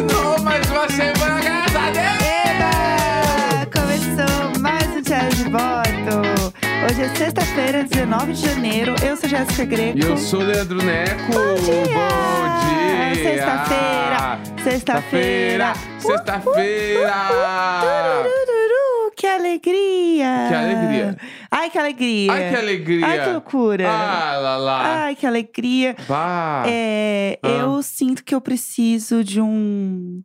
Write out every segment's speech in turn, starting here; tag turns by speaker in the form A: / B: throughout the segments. A: um Hoje é sexta-feira, 19 de janeiro. Eu sou Jéssica Greco.
B: E eu sou o Leandro Neco. Bom
A: dia!
B: Bom dia!
A: Sexta-feira, sexta-feira. Uh,
B: Sexta-feira!
A: Turururu, que alegria!
B: Que alegria.
A: Ai, que alegria!
B: Ai, que alegria!
A: uh. Ai, que loucura!
B: Ah, lá, lá!
A: Ai, que alegria!
B: Bah!
A: É,
B: Ah.
A: Eu sinto que eu preciso de um.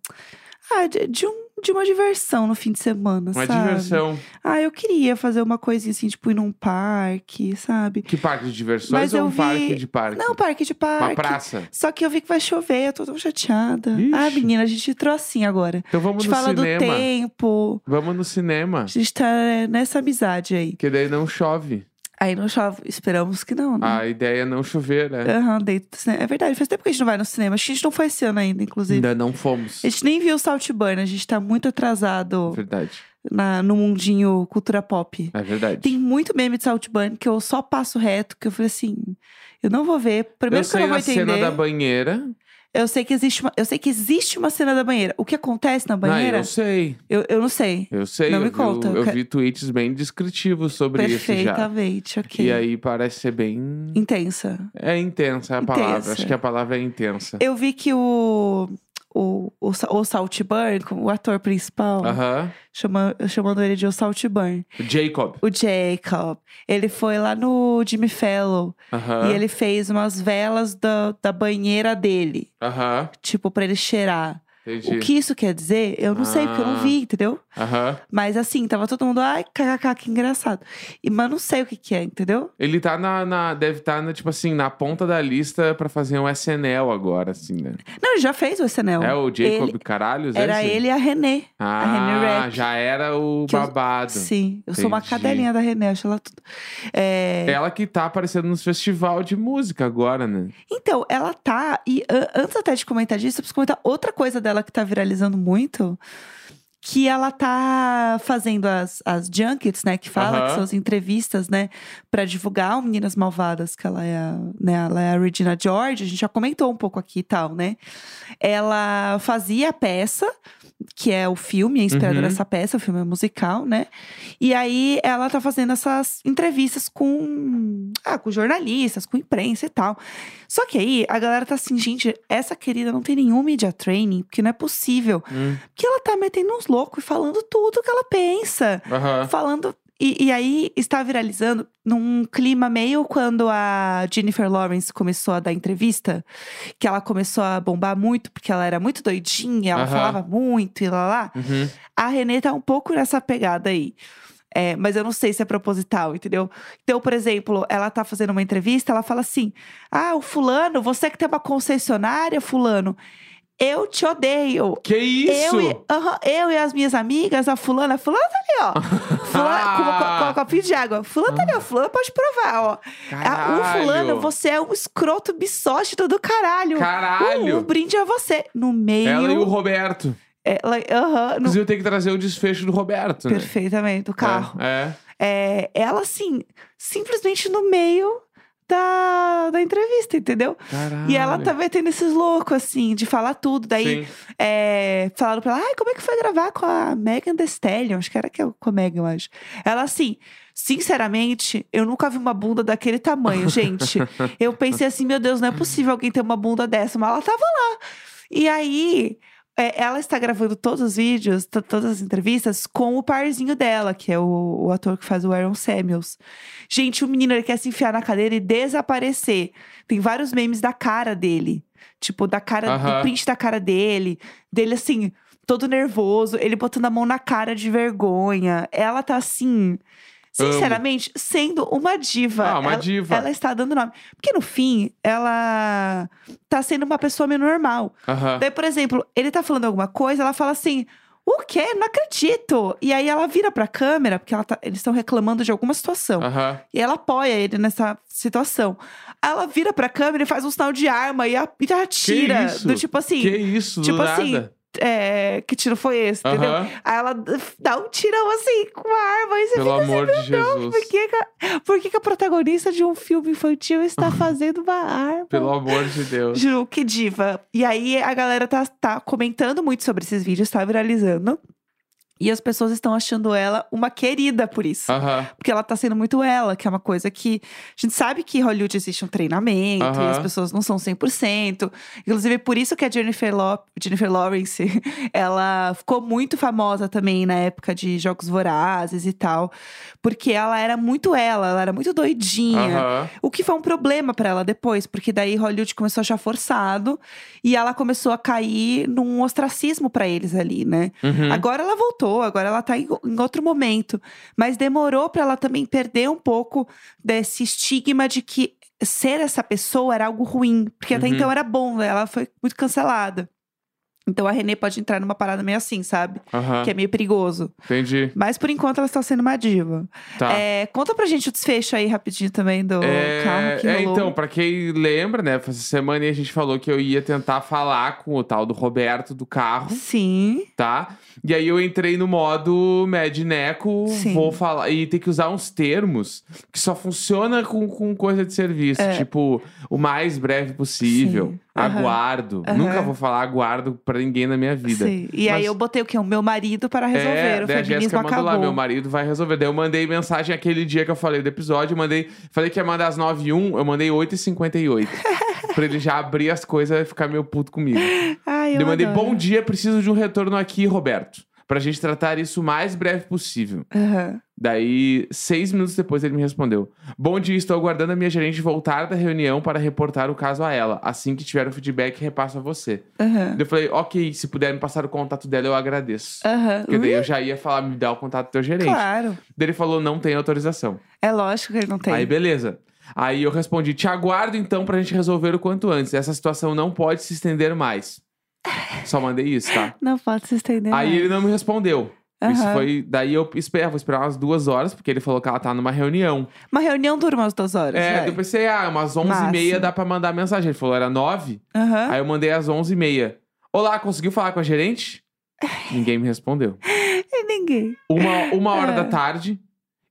A: Ah, de, de um. De uma diversão no fim de semana,
B: Uma
A: sabe?
B: diversão.
A: Ah, eu queria fazer uma coisinha assim, tipo ir num parque, sabe?
B: Que parque de diversões
A: Mas
B: ou
A: eu
B: um
A: vi-
B: parque de parque?
A: Não, parque de
B: Uma
A: parque.
B: praça.
A: Só que eu vi que vai chover, eu tô tão chateada.
B: Ixi.
A: Ah, menina, a gente entrou assim agora.
B: Então
A: A
B: vamos
A: gente
B: no
A: fala do
B: cinema.
A: tempo.
B: Vamos no cinema.
A: A gente tá nessa amizade aí.
B: Que daí não chove.
A: Aí não chove. Esperamos que não, né?
B: A ideia é não chover, né?
A: Aham, dentro do cinema. É verdade, faz tempo que a gente não vai no cinema. Acho que a gente não foi esse ano ainda, inclusive.
B: Ainda não fomos. É
A: A gente nem viu o Saltburn, a gente tá muito atrasado
B: Verdade.
A: na, no mundinho cultura pop.
B: É verdade.
A: Tem muito meme de Saltburn que eu só passo reto, que eu falei assim, eu não vou ver. Primeiro
B: eu
A: que eu
B: sei
A: não vou
B: na
A: entender.
B: cena da banheira.
A: Eu sei que existe uma, eu sei que existe uma cena da banheira. O que acontece na
B: Ah,
A: banheira?
B: eu sei.
A: eu, eu não sei.
B: Eu sei,
A: Não
B: eu,
A: me
B: vi,
A: conta, eu
B: eu
A: quero-
B: vi tweets bem descritivos sobre isso já.
A: Perfeitamente, ok.
B: E aí parece ser bem.
A: Intensa.
B: É intensa a
A: Intensa.
B: palavra. Acho que a palavra é intensa.
A: Eu vi que o o, o, Sa- o Saltburn, o ator principal,
B: Aham.
A: chama- chamando ele de o Saltburn,
B: Jacob.
A: o Jacob, ele foi lá no Jimmy Fallon
B: Aham.
A: e ele fez umas velas da, da banheira dele,
B: Aham.
A: tipo pra ele cheirar. O
B: Entendi.
A: que isso quer dizer? Eu não sei porque eu não
B: Ah.
A: vi, entendeu?
B: Aham.
A: Mas assim, tava todo mundo, ai, kkk, que engraçado. E, mas não sei o que que é, entendeu?
B: Ele tá na. na- deve estar, na, tipo assim, na ponta da lista pra fazer um SNL agora, assim, né?
A: Não, ele já fez o SNL.
B: É o Jacob
A: Ele-
B: Caralhos?
A: era
B: esse?
A: ele e a René. René
B: Ah,
A: Rapp.
B: já era o
A: Que eu-
B: babado.
A: Sim, eu sou uma
B: Entendi.
A: cadelinha da René, acho ela tudo. É,
B: Ela que tá aparecendo nos festival de música agora, né?
A: Então, ela tá. E a- antes até de comentar disso, eu preciso comentar outra coisa dela que tá viralizando muito. Que ela tá fazendo as, as junkets, né? Que fala, que
B: Aham.
A: são as entrevistas, né? Pra divulgar o Meninas Malvadas, que ela é, a, né, ela é a Regina George, a gente já comentou um pouco aqui e tal, né? Ela fazia a peça, que é o filme, é inspirado
B: Uhum.
A: nessa peça, o filme é musical, né? E aí ela tá fazendo essas entrevistas com, ah, com jornalistas, com imprensa e tal. Só que aí a galera tá assim, gente, essa querida não tem nenhum media training, porque não é possível.
B: Hum,
A: Porque ela tá metendo uns loucos e falando tudo que ela pensa.
B: Aham.
A: Falando. E, e aí está viralizando num clima meio quando a Jennifer Lawrence começou a dar entrevista, que ela começou a bombar muito, porque ela era muito doidinha, ela
B: Aham.
A: falava muito e lá lá.
B: Uhum.
A: A Renê tá um pouco nessa pegada aí. É, mas eu não sei se é proposital, entendeu? Então, por exemplo, ela tá fazendo uma entrevista, ela fala assim: Ah, o fulano, você que tem uma concessionária, fulano, eu te odeio.
B: Que isso?
A: Eu, e, aham, eu e as minhas amigas, a fulana, fulana tá ali, ó. Fulana, com, com,
B: Ah.
A: com um copinho de água. Fulana tá ali, ó. Fulana pode provar, ó. Ah, O
B: Caralho.
A: fulano, você é um escroto bisóstito do caralho.
B: Caralho.
A: Um, brinde a você. No meio.
B: Ela e o Roberto.
A: ela- aham, no-
B: Inclusive, eu tenho que trazer o desfecho do Roberto, né?
A: Perfeitamente, o carro.
B: É.
A: É, ela, assim, simplesmente no meio da, da entrevista, entendeu?
B: é. Caralho.
A: E ela tá também tendo esses loucos, assim, de falar tudo. Daí
B: Sim.
A: é, falaram pra ela, ai, como é que foi gravar com a Megan Thee Stallion? Acho que era que- é com a Megan, eu acho. Ela, assim, sinceramente, eu nunca vi uma bunda daquele tamanho, gente. eu pensei assim, meu Deus, não é possível alguém ter uma bunda dessa. Mas ela tava lá. E aí, é, ela está gravando todos os vídeos, to- todas as entrevistas, com o parzinho dela, que é o, o ator que faz o Aaron Samuels. Gente, o menino ele quer se enfiar na cadeira e desaparecer. Tem vários memes da cara dele. Tipo, da cara, do
B: Aham.
A: print da cara dele. Dele assim, todo nervoso, ele botando a mão na cara de vergonha. Ela tá assim.
B: Amo.
A: Sinceramente, sendo uma diva.
B: Ah, uma
A: ela,
B: diva.
A: Ela está dando nome. Porque no fim, ela tá sendo uma pessoa meio normal.
B: Aham.
A: Daí, por exemplo, ele tá falando alguma coisa, ela fala assim: o quê? Não acredito! E aí ela vira pra câmera, porque ela tá- eles estão reclamando de alguma situação.
B: Aham.
A: E ela apoia ele nessa situação. Aí Ela vira pra câmera e faz um sinal de arma e, a, e atira.
B: isso?
A: Do tipo assim.
B: Que isso,
A: tipo
B: do
A: assim,
B: nada.
A: é, que tiro foi esse, entendeu?
B: Aham.
A: Aí ela dá um tirão assim com a arma e você
B: Pelo amor de Jesus.
A: assim, por que, que a- por que que a protagonista de um filme infantil está fazendo uma arma?
B: Pelo amor de Deus.
A: Ju, que diva. E aí a galera tá, tá comentando muito sobre esses vídeos, tá viralizando. E as pessoas estão achando ela uma querida por isso.
B: Aham.
A: Porque ela tá sendo muito ela, que é uma coisa que. A gente sabe que em Hollywood existe um treinamento e
B: Aham.
A: as pessoas não são 100%. Inclusive, por isso que a Jennifer, Lo- Jennifer Lawrence ela ficou muito famosa também na época de Jogos Vorazes e tal. Porque ela era muito ela, ela era muito doidinha.
B: Aham.
A: O que foi um problema pra ela depois, porque daí Hollywood começou a achar forçado e ela começou a cair num ostracismo pra eles ali, né?
B: Uhum.
A: Agora ela voltou, agora ela tá em, em outro momento. Mas demorou pra ela também perder um pouco desse estigma de que ser essa pessoa era algo ruim. Porque até
B: Uhum.
A: então era bom, né? ela foi muito cancelada. Então a Renê pode entrar numa parada meio assim, sabe?
B: Aham.
A: Que é meio perigoso.
B: Entendi.
A: Mas por enquanto ela está sendo uma diva.
B: Tá.
A: É, conta pra gente o desfecho aí rapidinho também do
B: É,
A: Calma que
B: é,
A: rolou.
B: então, pra quem lembra, né? Essa semana a gente falou que eu ia tentar falar com o tal do Roberto do carro,
A: Sim,
B: tá? E aí eu entrei no modo Medneco,
A: Sim.
B: vou falar. E tem que usar uns termos que só funciona com, com coisa de serviço. Tipo, o mais breve possível.
A: É. Sim. Aham.
B: Aguardo.
A: Aham.
B: Nunca vou falar aguardo pra ninguém na minha vida.
A: sim. E aí
B: Mas-
A: eu botei o quê? O meu marido para resolver.
B: é,
A: o
B: daí a Jéssica
A: feminismo
B: mandou
A: acabou.
B: lá, meu marido vai resolver. Daí eu mandei mensagem aquele dia que eu falei do episódio, eu mandei, falei que ia mandar às 9 h 1 eu mandei 8 h 58 Pra ele já abrir as coisas e ficar meio puto comigo.
A: Ai, eu
B: eu mandei,
A: adoro.
B: bom dia, preciso de um retorno aqui, Roberto. Pra gente tratar isso o mais breve possível.
A: Aham.
B: Daí, seis minutos depois, ele me respondeu. Bom dia, estou aguardando a minha gerente voltar da reunião para reportar o caso a ela. Assim que tiver o feedback, repasso a você.
A: Aham.
B: Daí Eu falei, ok, se puder me passar o contato dela, eu agradeço.
A: Aham.
B: Porque daí é eu já ia falar, me dá o contato do teu gerente.
A: Ah, Claro.
B: Daí ele falou, não tem autorização.
A: É lógico que ele não tem.
B: Aí, beleza. Aí eu respondi, te aguardo então pra gente resolver o quanto antes. Essa situação não pode se estender mais. Só mandei isso, tá?
A: Não pode se estender.
B: Aí
A: mais.
B: ele não me respondeu. Isso
A: É. Aham.
B: foi. Daí eu espero, vou esperar umas duas horas, porque ele falou que ela tá numa reunião.
A: Uma reunião dura umas duas horas.
B: É,
A: vai.
B: eu pensei, ah, umas onze e meia
A: Máximo.
B: dá pra mandar mensagem. Ele falou, era nove.
A: Aham.
B: Aí eu mandei às onze e meia. Olá, conseguiu falar com a gerente? Ninguém me respondeu.
A: E ninguém.
B: Uma, uma hora
A: É.
B: da tarde.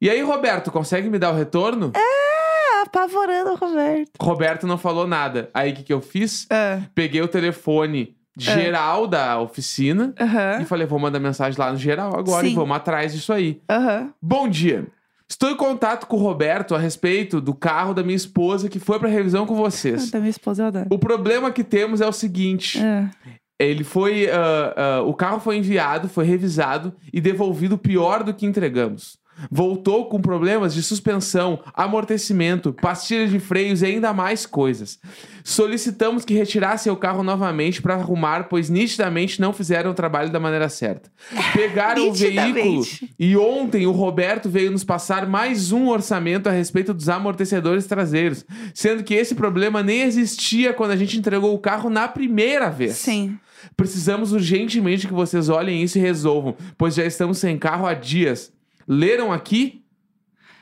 B: E aí, Roberto, consegue me dar o retorno?
A: Ah, apavorando o Roberto.
B: Roberto não falou nada. Aí o que, que eu fiz?
A: Ah,
B: Peguei o telefone
A: É.
B: geral da oficina e
A: Aham.
B: falei: vou mandar mensagem lá no geral agora e
A: Sim.
B: vamos atrás disso aí.
A: Aham.
B: Bom dia. Estou em contato com o Roberto a respeito do carro da minha esposa que foi para revisão com vocês.
A: Da minha esposa eu adoro.
B: O problema que temos é o seguinte:
A: Ah,
B: ele foi. ah, ah, o carro foi enviado, foi revisado e devolvido pior do que entregamos. Voltou com problemas de suspensão, amortecimento, pastilha de freios e ainda mais coisas. Solicitamos que retirassem o carro novamente para arrumar, pois nitidamente não fizeram o trabalho da maneira certa. Pegaram o veículo
A: Nitidamente.
B: e ontem o Roberto veio nos passar mais um orçamento a respeito dos amortecedores traseiros, sendo que esse problema nem existia quando a gente entregou o carro na primeira vez.
A: Sim.
B: Precisamos urgentemente que vocês olhem isso e resolvam, pois já estamos sem carro há dias. Leram aqui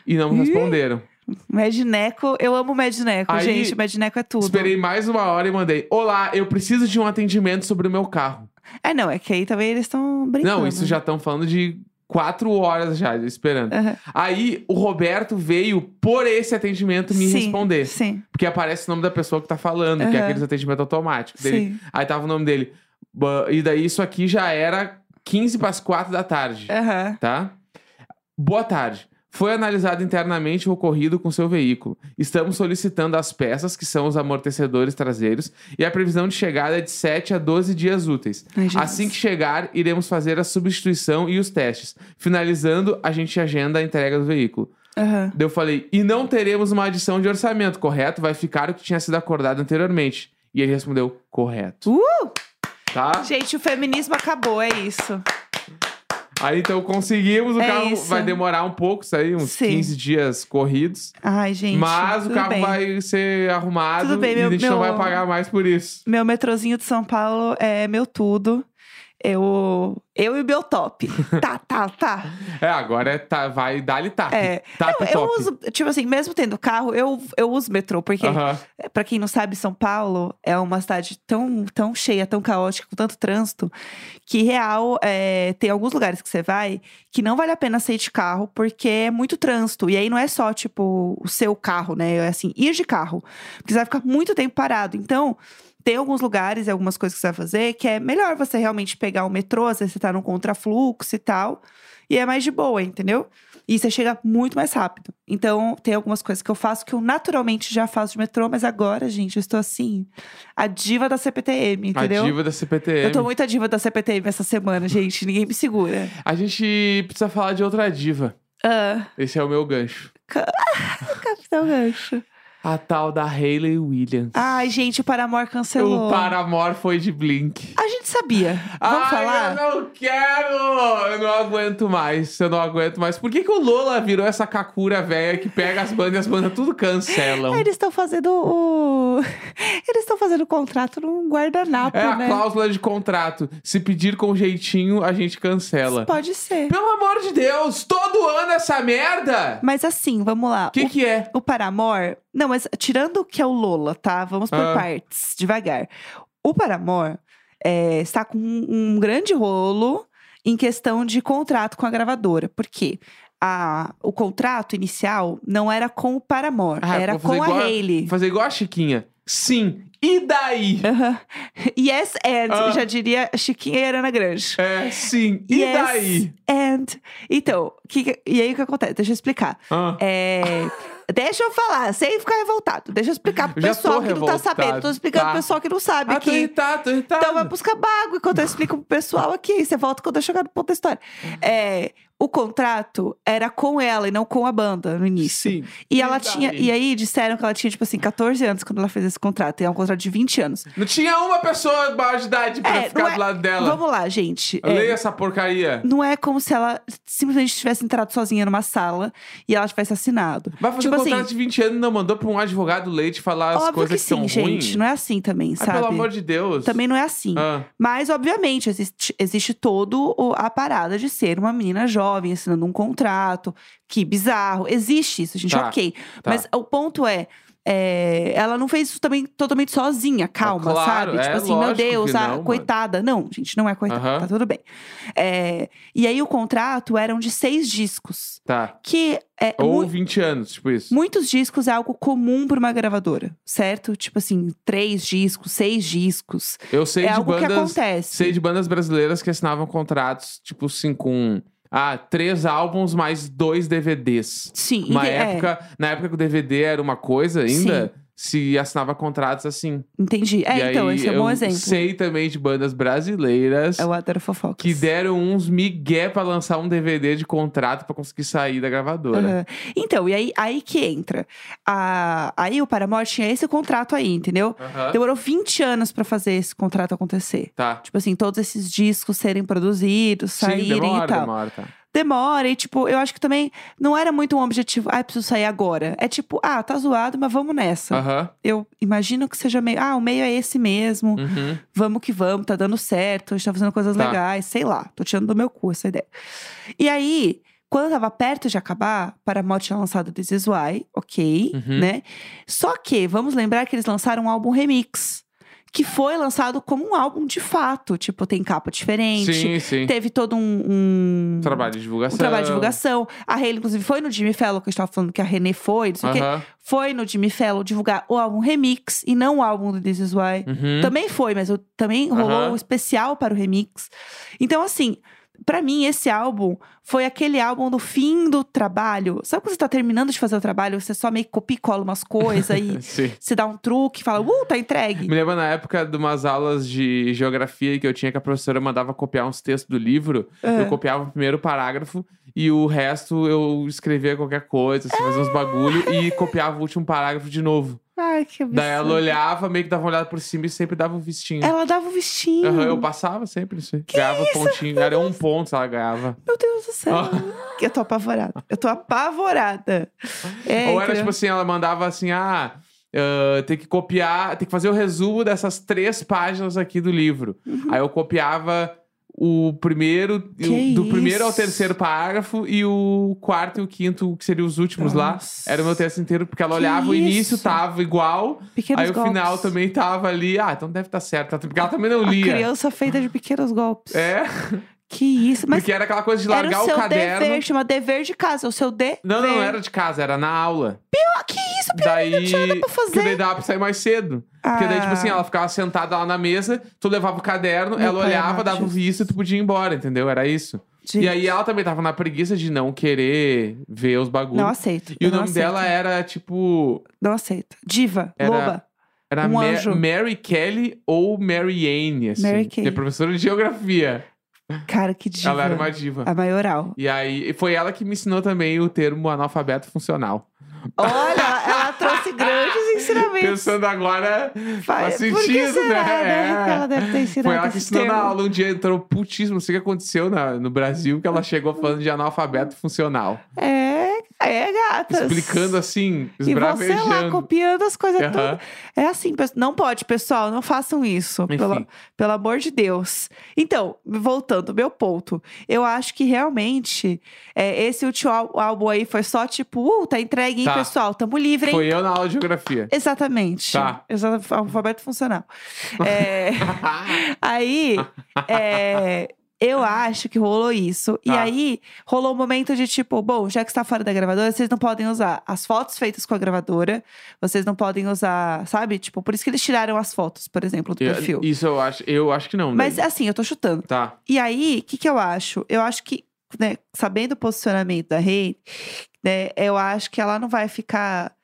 B: e não me
A: Ih,
B: responderam.
A: Medneco, eu amo Medneco,
B: Aí-
A: gente. Medneco é tudo.
B: Esperei mais uma hora e mandei: Olá, eu preciso de um atendimento sobre o meu carro.
A: É, não, é que aí também eles estão brincando.
B: Não, isso já estão falando de quatro horas já esperando.
A: Aham.
B: Aí o Roberto veio por esse atendimento me
A: Sim,
B: responder.
A: Sim.
B: Porque aparece o nome da pessoa que tá falando, que é
A: Aham.
B: aqueles atendimentos automáticos. Daí ele-
A: Sim.
B: Aí tava o nome dele. Ba- E daí isso aqui já era 15 para as 4 da tarde.
A: Aham.
B: tá? Boa tarde. Foi analisado internamente o ocorrido com seu veículo. Estamos solicitando as peças, que são os amortecedores traseiros, e a previsão de chegada é de 7 a 12 dias úteis.
A: Ai, Jesus.
B: Assim que chegar, iremos fazer a substituição e os testes. Finalizando, a gente agenda a entrega do veículo.
A: Aham.
B: Daí eu falei, e não teremos uma adição de orçamento, correto? Vai ficar o que tinha sido acordado anteriormente. E ele respondeu, correto.
A: Uh!
B: Tá?
A: Gente, o feminismo acabou, é isso.
B: Aí então conseguimos, o
A: É
B: carro
A: isso.
B: vai demorar um pouco, isso aí, uns
A: Sim.
B: 15 dias corridos.
A: Ai, gente.
B: Mas o
A: tudo
B: carro
A: bem.
B: vai ser arrumado
A: Tudo bem,
B: e a
A: meu-
B: gente
A: meu-
B: não vai pagar mais por isso.
A: Meu metrozinho de São Paulo é meu tudo. Eu, eu e o meu top. Tá, tá, tá.
B: É, agora é tá, vai dar-lhe tap.
A: É.
B: Tap
A: Eu, eu
B: top.
A: uso, tipo assim, mesmo tendo carro, eu, eu uso metrô, porque
B: Aham.
A: Pra quem não sabe, São Paulo é uma cidade tão, tão cheia, tão caótica, com tanto trânsito, que real é, tem alguns lugares que você vai que não vale a pena sair de carro porque é muito trânsito. E aí não é só, tipo, o seu carro, né? É assim, ir de carro. Porque você vai ficar muito tempo parado. Então. tem alguns lugares e algumas coisas que você vai fazer que é melhor você realmente pegar o metrô, às vezes você tá num contrafluxo e tal. E é mais de boa, entendeu? E você chega muito mais rápido. Então, tem algumas coisas que eu faço que eu naturalmente já faço de metrô, mas agora, gente, eu estou assim, a diva da CPTM, entendeu?
B: A diva da CPTM.
A: Eu tô muito a diva da CPTM essa semana, gente. Ninguém me segura.
B: A gente precisa falar de outra diva.
A: Ah,
B: Esse é o meu gancho.
A: Capitão Gancho.
B: A tal da Hayley Williams.
A: Ai, é gente, o Paramor cancelou.
B: o Paramor foi de Blink.
A: A gente sabia. Vamos
B: Ai,
A: falar?
B: eu não quero! Eu não aguento mais, eu não aguento mais. Por que, que o Lola virou essa cacura velha que pega as bandas e as bandas tudo cancelam?
A: Eles estão fazendo o. Eles estão fazendo o contrato num guardanapo,
B: É a
A: né?
B: cláusula de contrato. Se pedir com jeitinho, a gente cancela.
A: Pode ser.
B: Pelo amor de Deus, todo ano essa merda!
A: Mas assim, vamos lá.
B: O que
A: o,
B: que é?
A: o Paramor. Não, mas tirando o que é o Lola, tá? Vamos por
B: Ah.
A: partes, devagar. O Paramor é, está com um, um grande rolo em questão de contrato com a gravadora. Por quê? A, o contrato inicial não era com o Paramor,
B: Ah,
A: era
B: vou fazer
A: com a
B: igual
A: Hayley.
B: Fazer igual a Chiquinha. Sim, e daí?
A: Aham. Yes, and.
B: Ah.
A: Já diria Chiquinha e Arana Grande.
B: É, sim, e
A: Yes,
B: daí?
A: and. Então, que que- e aí o que acontece? Deixa eu explicar.
B: Ah,
A: É, deixa eu falar, sem ficar revoltado. Deixa eu explicar pro
B: Eu já
A: pessoal
B: tô
A: que não tá
B: revoltado,
A: sabendo. Tô explicando
B: tá.
A: pro pessoal que não sabe
B: ah tô
A: que.
B: irritado, tô irritado.
A: Então vai buscar bago enquanto eu explico pro pessoal aqui. Aí Você volta quando eu chegar no ponto da história. É, o contrato era com ela e não com a banda no início.
B: Sim.
A: E ela
B: daí?
A: tinha. E aí disseram que ela tinha, tipo assim, 14 anos quando ela fez esse contrato. E é um contrato de 20 anos.
B: Não tinha uma pessoa maior de idade
A: É,
B: pra
A: não
B: ficar
A: é-
B: do lado dela.
A: Vamos lá, gente. É,
B: Leia essa porcaria.
A: não é como se ela simplesmente tivesse entrado sozinha numa sala e ela tivesse assinado.
B: Vai fazer
A: tipo
B: um
A: assim,
B: contrato de 20 anos e não mandou pra um advogado leite falar as
A: óbvio que
B: coisas que,
A: sim,
B: são
A: gente.
B: ruins.
A: Não é assim também,
B: Ah,
A: sabe?
B: pelo amor de Deus.
A: Também não é assim.
B: Ah,
A: Mas, obviamente, existe, existe todo o- a parada de ser uma menina jovem assinando um contrato. Que bizarro. Existe isso, gente.
B: Tá,
A: ok.
B: tá.
A: Mas o ponto é. é, ela não fez isso também totalmente sozinha, calma,
B: claro,
A: sabe?
B: é
A: tipo assim, meu
B: lógico
A: Deus,
B: que
A: ah,
B: não, mano.
A: coitada. Não, gente, não é coitada,
B: Aham.
A: tá tudo bem. É, e aí o contrato eram de seis discos.
B: tá.
A: Que é,
B: Ou
A: mu-
B: 20 anos, tipo isso.
A: muitos discos é algo comum pra uma gravadora, certo? Tipo assim, três discos, seis discos.
B: Eu sei
A: é
B: de
A: algo que
B: bandas.
A: acontece.
B: Sei de bandas brasileiras que assinavam contratos, tipo, assim, com. Ah, três álbuns mais dois DVDs.
A: Sim,
B: Uma
A: ente- é,
B: época. Na época que o DVD era uma coisa ainda, se assinava contratos assim.
A: entendi. É,
B: e
A: então,
B: aí,
A: esse é um bom
B: eu
A: exemplo. É um
B: Sei também de bandas brasileiras.
A: Eu adoro fofocas.
B: que deram uns migué pra lançar um DVD de contrato pra conseguir sair da gravadora.
A: Aham. Então, e aí, aí que entra. A- aí o Paramore tinha esse contrato aí, entendeu?
B: Aham.
A: Demorou 20 anos pra fazer esse contrato acontecer.
B: Tá.
A: Tipo assim, todos esses discos serem produzidos, saírem
B: Sim, demora,
A: e tal.
B: demora, tá.
A: demora. E, tipo, eu acho que também não era muito um objetivo, ah, eu preciso sair agora. É tipo, ah, tá zoado, mas vamos nessa.
B: Aham.
A: Eu imagino que seja meio, ah, o meio é esse mesmo,
B: Uhum.
A: vamos que vamos, tá dando certo, a gente tá fazendo coisas
B: Tá.
A: legais, sei lá, tô tirando do meu cu essa ideia. E aí, quando tava perto de acabar, Paramount tinha lançado This Is Why, ok,
B: Uhum.
A: né? Só que, vamos lembrar que eles lançaram um álbum remix. Que foi lançado como um álbum de fato. Tipo, tem capa diferente.
B: Uhum. Sim, sim.
A: Teve todo um- um
B: Trabalho de divulgação.
A: um trabalho de divulgação. A Hayley, inclusive, foi no Jimmy Fallon, que a gente tava falando que a René foi, não sei o quê.
B: Aham.
A: Foi no Jimmy Fallon divulgar o álbum Remix e não o álbum do This Is Why.
B: Uhum.
A: Também foi, mas eu- também rolou
B: Aham.
A: um especial para o Remix. Então, assim, pra mim, esse álbum foi aquele álbum do fim do trabalho. Sabe quando você tá terminando de fazer o trabalho, você só meio que copia e cola umas coisas e
B: Sim.
A: você dá um truque e fala, uh, tá entregue.
B: Me lembro na época de umas aulas de geografia que eu tinha que a professora mandava copiar uns textos do livro.
A: É.
B: Eu copiava o primeiro parágrafo e o resto eu escrevia qualquer coisa, assim, fazia uns bagulho e copiava o último parágrafo de novo.
A: Ai, que absurdo. É
B: Daí ela olhava, meio que dava uma olhada por cima e sempre dava um vistinho.
A: Ela dava o vestinho.
B: Aham, eu passava sempre isso aí. Ganhava pontinho. Era um ponto, ela ganhava.
A: Meu Deus do céu. Eu tô apavorada. Eu tô apavorada. É,
B: Ou era
A: entendeu?
B: tipo assim, ela mandava assim, ah. ah, tem que copiar, tem que fazer o resumo dessas três páginas aqui do livro. Aí eu copiava o primeiro, e o-
A: Uhum. Que
B: do primeiro ao
A: isso?
B: terceiro parágrafo e o quarto e o quinto, que seriam os últimos
A: Nossa.
B: lá, era o meu texto inteiro, porque ela
A: Que
B: olhava o início,
A: isso?
B: tava igual,
A: pequenos
B: tipo, aí o
A: golpes.
B: final também tava ali, ah, então deve estar certo, tá- porque ela também não
A: A
B: lia.
A: criança feita de pequenos golpes.
B: É,
A: Que isso. Mas
B: porque era aquela coisa de
A: era
B: largar
A: o seu
B: caderno.
A: dever. Chama dever de casa. O é seu dever.
B: Não, não, era de casa, era na aula.
A: Ah, que isso, pior
B: Daí,
A: não tinha nada pra
B: que daí
A: fazer.
B: dava pra sair mais cedo. Porque
A: Ah.
B: daí, tipo assim, ela ficava sentada lá na mesa, tu levava o caderno,
A: Meu
B: ela
A: pai
B: olhava,
A: amado,
B: dava o
A: né? Jesus.
B: visto e tu podia ir embora, entendeu? Era isso. E aí ela também tava na preguiça de não querer ver os bagulhos.
A: Não aceito.
B: e
A: eu
B: o nome
A: não aceito.
B: dela era, tipo.
A: Não aceito. Diva,
B: Era-
A: loba.
B: Era
A: Um
B: Ma-
A: anjo.
B: Mary Kelly ou Mary Anne, assim.
A: Mary
B: que é
A: Kay.
B: professora de geografia.
A: Cara, que diva.
B: Ela era uma diva.
A: A maioral.
B: E aí, e foi ela que me ensinou também o termo analfabeto funcional.
A: Olha, ela trouxe grandes ensinamentos.
B: Pensando agora, faz
A: Por que
B: sentido,
A: será,
B: né?
A: que
B: É.
A: Ela deve ter ensinado
B: Foi ela que
A: esse
B: ensinou na
A: termo?
B: aula um dia, entrou putíssimo, não sei o que aconteceu na- no Brasil, que ela chegou falando de analfabeto funcional.
A: É, é, gatas.
B: Explicando assim,
A: E você lá,
B: esbravejando.
A: copiando as coisas
B: Aham.
A: todas. É assim, pe- não pode, pessoal, não façam isso.
B: Enfim.
A: Pelo, pelo amor de Deus. Então, voltando, meu ponto. Eu acho que realmente é, esse último ál- álbum aí foi só tipo, uh, tá entregue, hein,
B: Tá.
A: pessoal? Tamo livre, hein?
B: Foi eu na aula de geografia.
A: Exatamente.
B: Tá.
A: Exa- Alfabeto funcional. É, aí, é, eu acho que rolou isso. E
B: Tá.
A: aí, rolou um momento de tipo, bom, já que está fora da gravadora, vocês não podem usar as fotos feitas com a gravadora. Vocês não podem usar, sabe? Tipo, por isso que eles tiraram as fotos, por exemplo, do
B: Eu-
A: perfil.
B: Isso eu acho, eu acho que não.
A: Mas
B: né?
A: assim, eu tô chutando.
B: Tá.
A: E aí, o que, que eu acho? Eu acho que, né, sabendo o posicionamento da Rei, né, eu acho que ela não vai ficar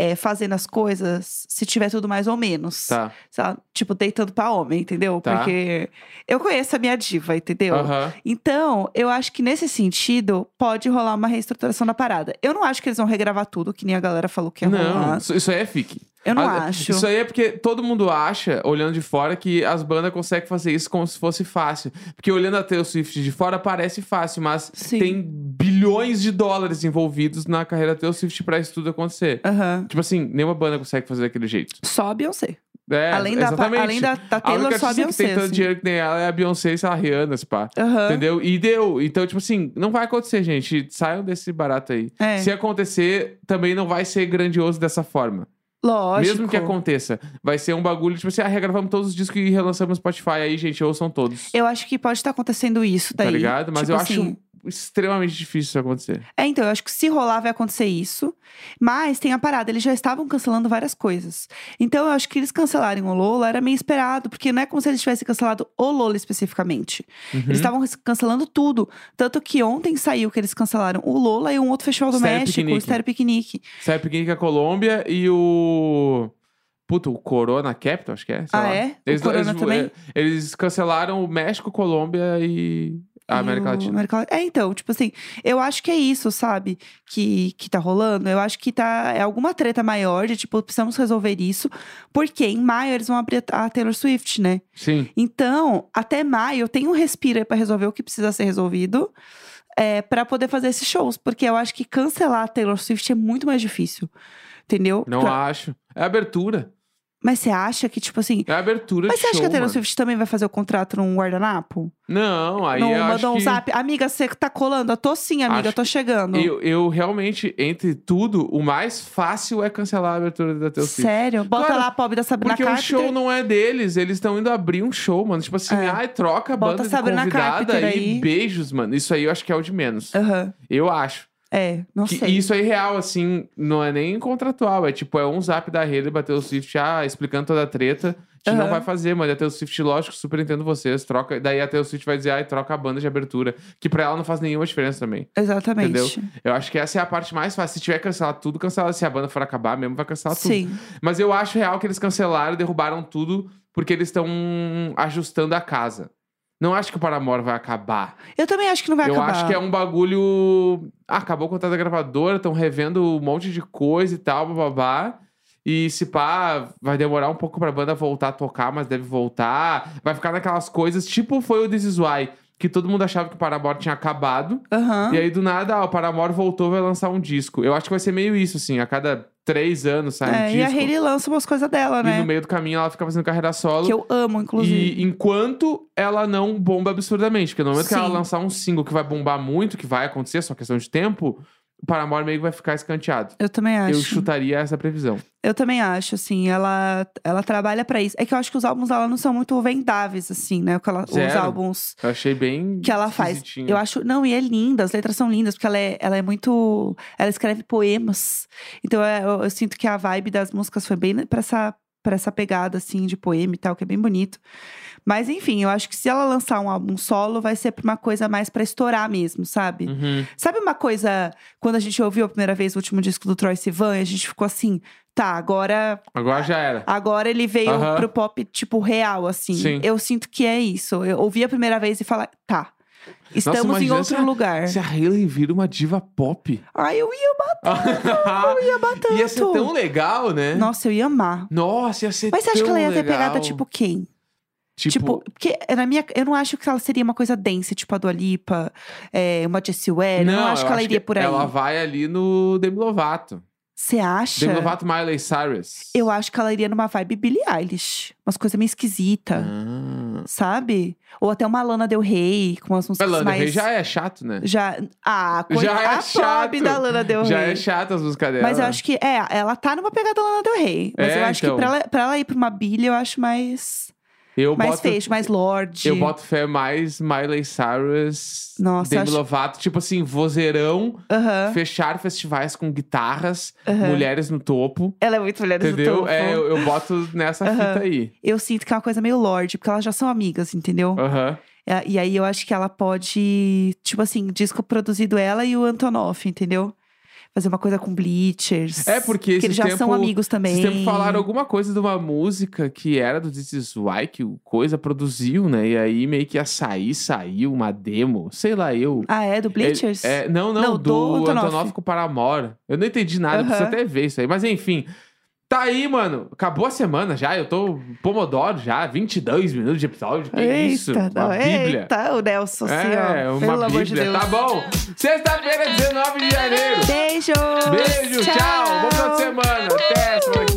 A: é, fazendo as coisas se tiver tudo mais ou menos.
B: Tá.
A: Sei lá, tipo, deitando pra homem, entendeu?
B: Tá.
A: Porque eu conheço a minha diva, entendeu?
B: Aham.
A: Então, eu acho que nesse sentido, pode rolar uma reestruturação da parada. Eu não acho que eles vão regravar tudo, que nem a galera falou que ia
B: Não,
A: rolar.
B: isso isso aí é fique.
A: Eu não
B: Ah,
A: acho.
B: Isso aí é porque todo mundo acha, olhando de fora, que as bandas conseguem fazer isso como se fosse fácil. Porque olhando a Taylor Swift de fora parece fácil, mas
A: Sim.
B: tem bilhões de dólares envolvidos na carreira da Taylor Swift pra isso tudo acontecer.
A: Aham.
B: Tipo assim, nenhuma banda consegue fazer daquele jeito.
A: Só a Beyoncé.
B: É,
A: além, da,
B: exatamente.
A: além da, da
B: a única
A: Taylor, só a
B: artista
A: Beyoncé.
B: que tem tanto
A: assim.
B: dinheiro que tem ela é a Beyoncé e sei lá, a Rihanna, se pá.
A: Aham.
B: Entendeu? E deu. Então, tipo assim, não vai acontecer, gente. Saiam desse barato aí.
A: É.
B: Se acontecer, também não vai ser grandioso dessa forma.
A: Lógico.
B: Mesmo que aconteça, vai ser um bagulho, tipo assim, ah, regravamos todos os discos e relançamos no Spotify aí, gente, ouçam todos.
A: Eu acho que pode estar acontecendo isso daí.
B: tá ligado? Mas
A: Tipo
B: eu
A: assim,
B: acho extremamente difícil isso acontecer.
A: É, então, eu acho que se rolar vai acontecer isso. Mas tem a parada, eles já estavam cancelando várias coisas. Então, eu acho que eles cancelarem o Lola era meio esperado, porque não é como se eles tivessem cancelado o Lola especificamente.
B: Uhum.
A: Eles estavam cancelando tudo. Tanto que ontem saiu que eles cancelaram o Lola e um outro festival do
B: Estéreo
A: México,
B: Piquenique.
A: o Estéreo Piquenique.
B: Sai Pequim com a Colômbia e o. Puta, o Corona Capital, acho que é. sei
A: Ah,
B: lá.
A: é? O
B: Eles,
A: Corona
B: eles-
A: também?
B: eles cancelaram o México, Colômbia e a
A: E
B: Ah, América
A: o
B: Latina.
A: América Latina. É, então, tipo assim, eu acho que é isso, sabe? Que, que tá rolando. Eu acho que tá. É alguma treta maior de, tipo, precisamos resolver isso. Porque em maio eles vão abrir a a Taylor Swift, né?
B: Sim.
A: Então, até maio eu tenho um respiro aí pra resolver o que precisa ser resolvido. É, para poder fazer esses shows. Porque eu acho que cancelar a Taylor Swift é muito mais difícil. Entendeu?
B: Não
A: Pra-
B: acho. É abertura.
A: Mas você acha que, tipo assim.
B: É abertura
A: Mas
B: de
A: você acha
B: show,
A: que a Taylor
B: mano.
A: Swift também vai fazer o contrato num guardanapo?
B: Não, aí
A: não
B: eu acho
A: mandou um
B: que...
A: zap. Amiga, você tá colando? Eu tô sim, amiga,
B: Acho
A: eu tô chegando.
B: Eu, eu realmente, entre tudo, o mais fácil é cancelar a abertura da Taylor Swift.
A: Sério? Bota
B: Claro,
A: lá a pobre da Sabrina
B: Porque o
A: Carpenter.
B: show não é deles, eles estão indo abrir um show, mano. Tipo assim,
A: É.
B: ai, troca a
A: Bota
B: banda
A: a
B: de
A: Sabrina
B: convidada
A: Carpenter
B: e
A: aí.
B: beijos, mano. Isso aí eu acho que é o de menos.
A: Aham.
B: Eu acho.
A: É, não
B: Que
A: sei.
B: isso aí real, assim, não é nem contratual. É tipo, é um zap da rede bater o Swift, ah, explicando toda a treta. A gente não
A: Aham.
B: vai fazer, mano. E a Taylor Swift, lógico, super entendo vocês. Troca, daí a Taylor Swift vai dizer, ai, troca a banda de abertura. Que pra ela não faz nenhuma diferença também.
A: Exatamente.
B: Eu acho que essa é a parte mais fácil. Se tiver cancelado tudo, cancela. Se a banda for acabar mesmo, vai cancelar Tá tudo.
A: Sim.
B: Mas eu acho real que eles cancelaram, derrubaram tudo, porque eles estão ajustando a casa. Não acho que o Paramore vai acabar.
A: Eu também acho que não vai
B: eu
A: acabar.
B: acho que é um bagulho. Ah, acabou o contrato da gravadora, estão revendo um monte de coisa e tal, bababá. E se pá, vai demorar um pouco pra banda voltar a tocar, mas deve voltar. Vai ficar naquelas coisas, tipo foi o This Is Why, que todo mundo achava que o Paramore tinha acabado.
A: Aham.
B: um E aí, do nada, ah, o Paramore voltou, vai lançar um disco. Eu acho que vai ser meio isso, assim. A cada três anos sai um
A: É,
B: disco.
A: e a Hailey lança umas coisas dela,
B: E
A: né?
B: no meio do caminho ela fica fazendo carreira solo.
A: Que eu amo, inclusive.
B: E enquanto ela não bomba absurdamente. Porque no momento que ela
A: Sim.
B: lançar um single que vai bombar muito, que vai acontecer, é só questão de tempo, o Paramore meio que vai ficar escanteado.
A: Eu também acho.
B: Eu chutaria essa previsão.
A: Eu também acho, assim, ela, ela trabalha pra isso. É que eu acho que os álbuns dela não são muito vendáveis, assim, né? O que ela- os
B: Zero.
A: álbuns
B: Eu achei bem.
A: que ela faz.
B: esquisitinho.
A: Eu acho. Não, e é linda, as letras são lindas, porque ela é, ela é muito. Ela escreve poemas. Então é, eu, eu sinto que a vibe das músicas foi bem pra essa, pra essa pegada, assim, de poema e tal, que é bem bonito. Mas enfim, eu acho que se ela lançar um álbum solo, vai ser pra uma coisa mais pra estourar mesmo, sabe?
B: Uhum.
A: Sabe uma coisa, quando a gente ouviu a primeira vez o último disco do Troy Sivan, e a gente ficou assim, tá, agora,
B: Agora já era.
A: agora ele veio
B: Aham.
A: pro pop, tipo, real, assim.
B: Sim.
A: Eu sinto que é isso. Eu ouvi a primeira vez e falei, tá, estamos em
B: imagina
A: outro
B: se a-
A: lugar.
B: Se a Hayley vira uma diva pop.
A: Ai, eu ia, ia bater.
B: Ia ser tão legal, né?
A: Nossa, eu ia amar.
B: Nossa, ia ser
A: Mas você acha que
B: tão
A: ela ia ter
B: legal.
A: pegada, tipo, quem?
B: Tipo,
A: Tipo, porque na minha, eu não acho que ela seria uma coisa densa, tipo a Dua Lipa, é, uma Jessie Ware. eu não acho
B: eu
A: que ela iria por aí.
B: Ela vai ali no Demi Lovato.
A: Você acha?
B: Demi Lovato, Miley Cyrus.
A: Eu acho que ela iria numa vibe Billie Eilish. Umas coisas meio esquisita,
B: Ah.
A: sabe? Ou até uma Lana Del Rey, com umas músicas
B: Lana Del
A: mais...
B: Rey já é chato, né?
A: Já... Ah, coisa...
B: Já é
A: a pobre
B: chato.
A: da Lana Del Rey.
B: Já é chato as músicas dela.
A: Mas eu acho que... É, ela tá numa pegada Lana Del Rey. Mas
B: É,
A: eu acho
B: então.
A: que pra ela, pra ela ir pra uma Billie, eu acho mais...
B: Eu
A: mais
B: boto,
A: fecho, mais Lorde.
B: Eu boto fé mais Miley Cyrus,
A: Nossa,
B: Demi
A: acho-
B: Lovato. Tipo assim, vozeirão,
A: Aham.
B: fechar festivais com guitarras,
A: Aham.
B: mulheres no topo.
A: Ela é muito mulher do
B: Entendeu?
A: topo.
B: É, eu, eu boto nessa
A: Aham.
B: fita aí.
A: Eu sinto que é uma coisa meio Lorde, porque elas já são amigas, entendeu?
B: Aham.
A: É, E aí eu acho que ela pode, tipo assim, disco produzido ela e o Antonoff, entendeu? Fazer uma coisa com Bleachers.
B: É, porque
A: que
B: esses
A: eles já são
B: tempo-
A: amigos também.
B: Vocês sempre falaram alguma coisa de uma música que era do This Is Why, que o Coisa produziu, né? E aí meio que ia sair, saiu uma demo. Sei lá, eu...
A: Ah, é do Bleachers?
B: Ele- é, não, não,
A: Não, do
B: do,
A: Antonov.
B: Antonov com o Paramore. Eu não entendi nada,
A: Aham.
B: preciso até ver isso aí. Mas enfim, tá aí, mano. Acabou a semana já, eu tô Pomodoro já, 22 minutos de episódio, que
A: eita,
B: é isso? Uma
A: não,
B: bíblia.
A: eita, o Nelson, assim,
B: é,
A: ó. pelo
B: uma bíblia.
A: amor de Deus.
B: Tá bom. Sexta-feira, 19 de janeiro.
A: Beijo!
B: Beijo, tchau. Bom final de semana. Até semana que vem.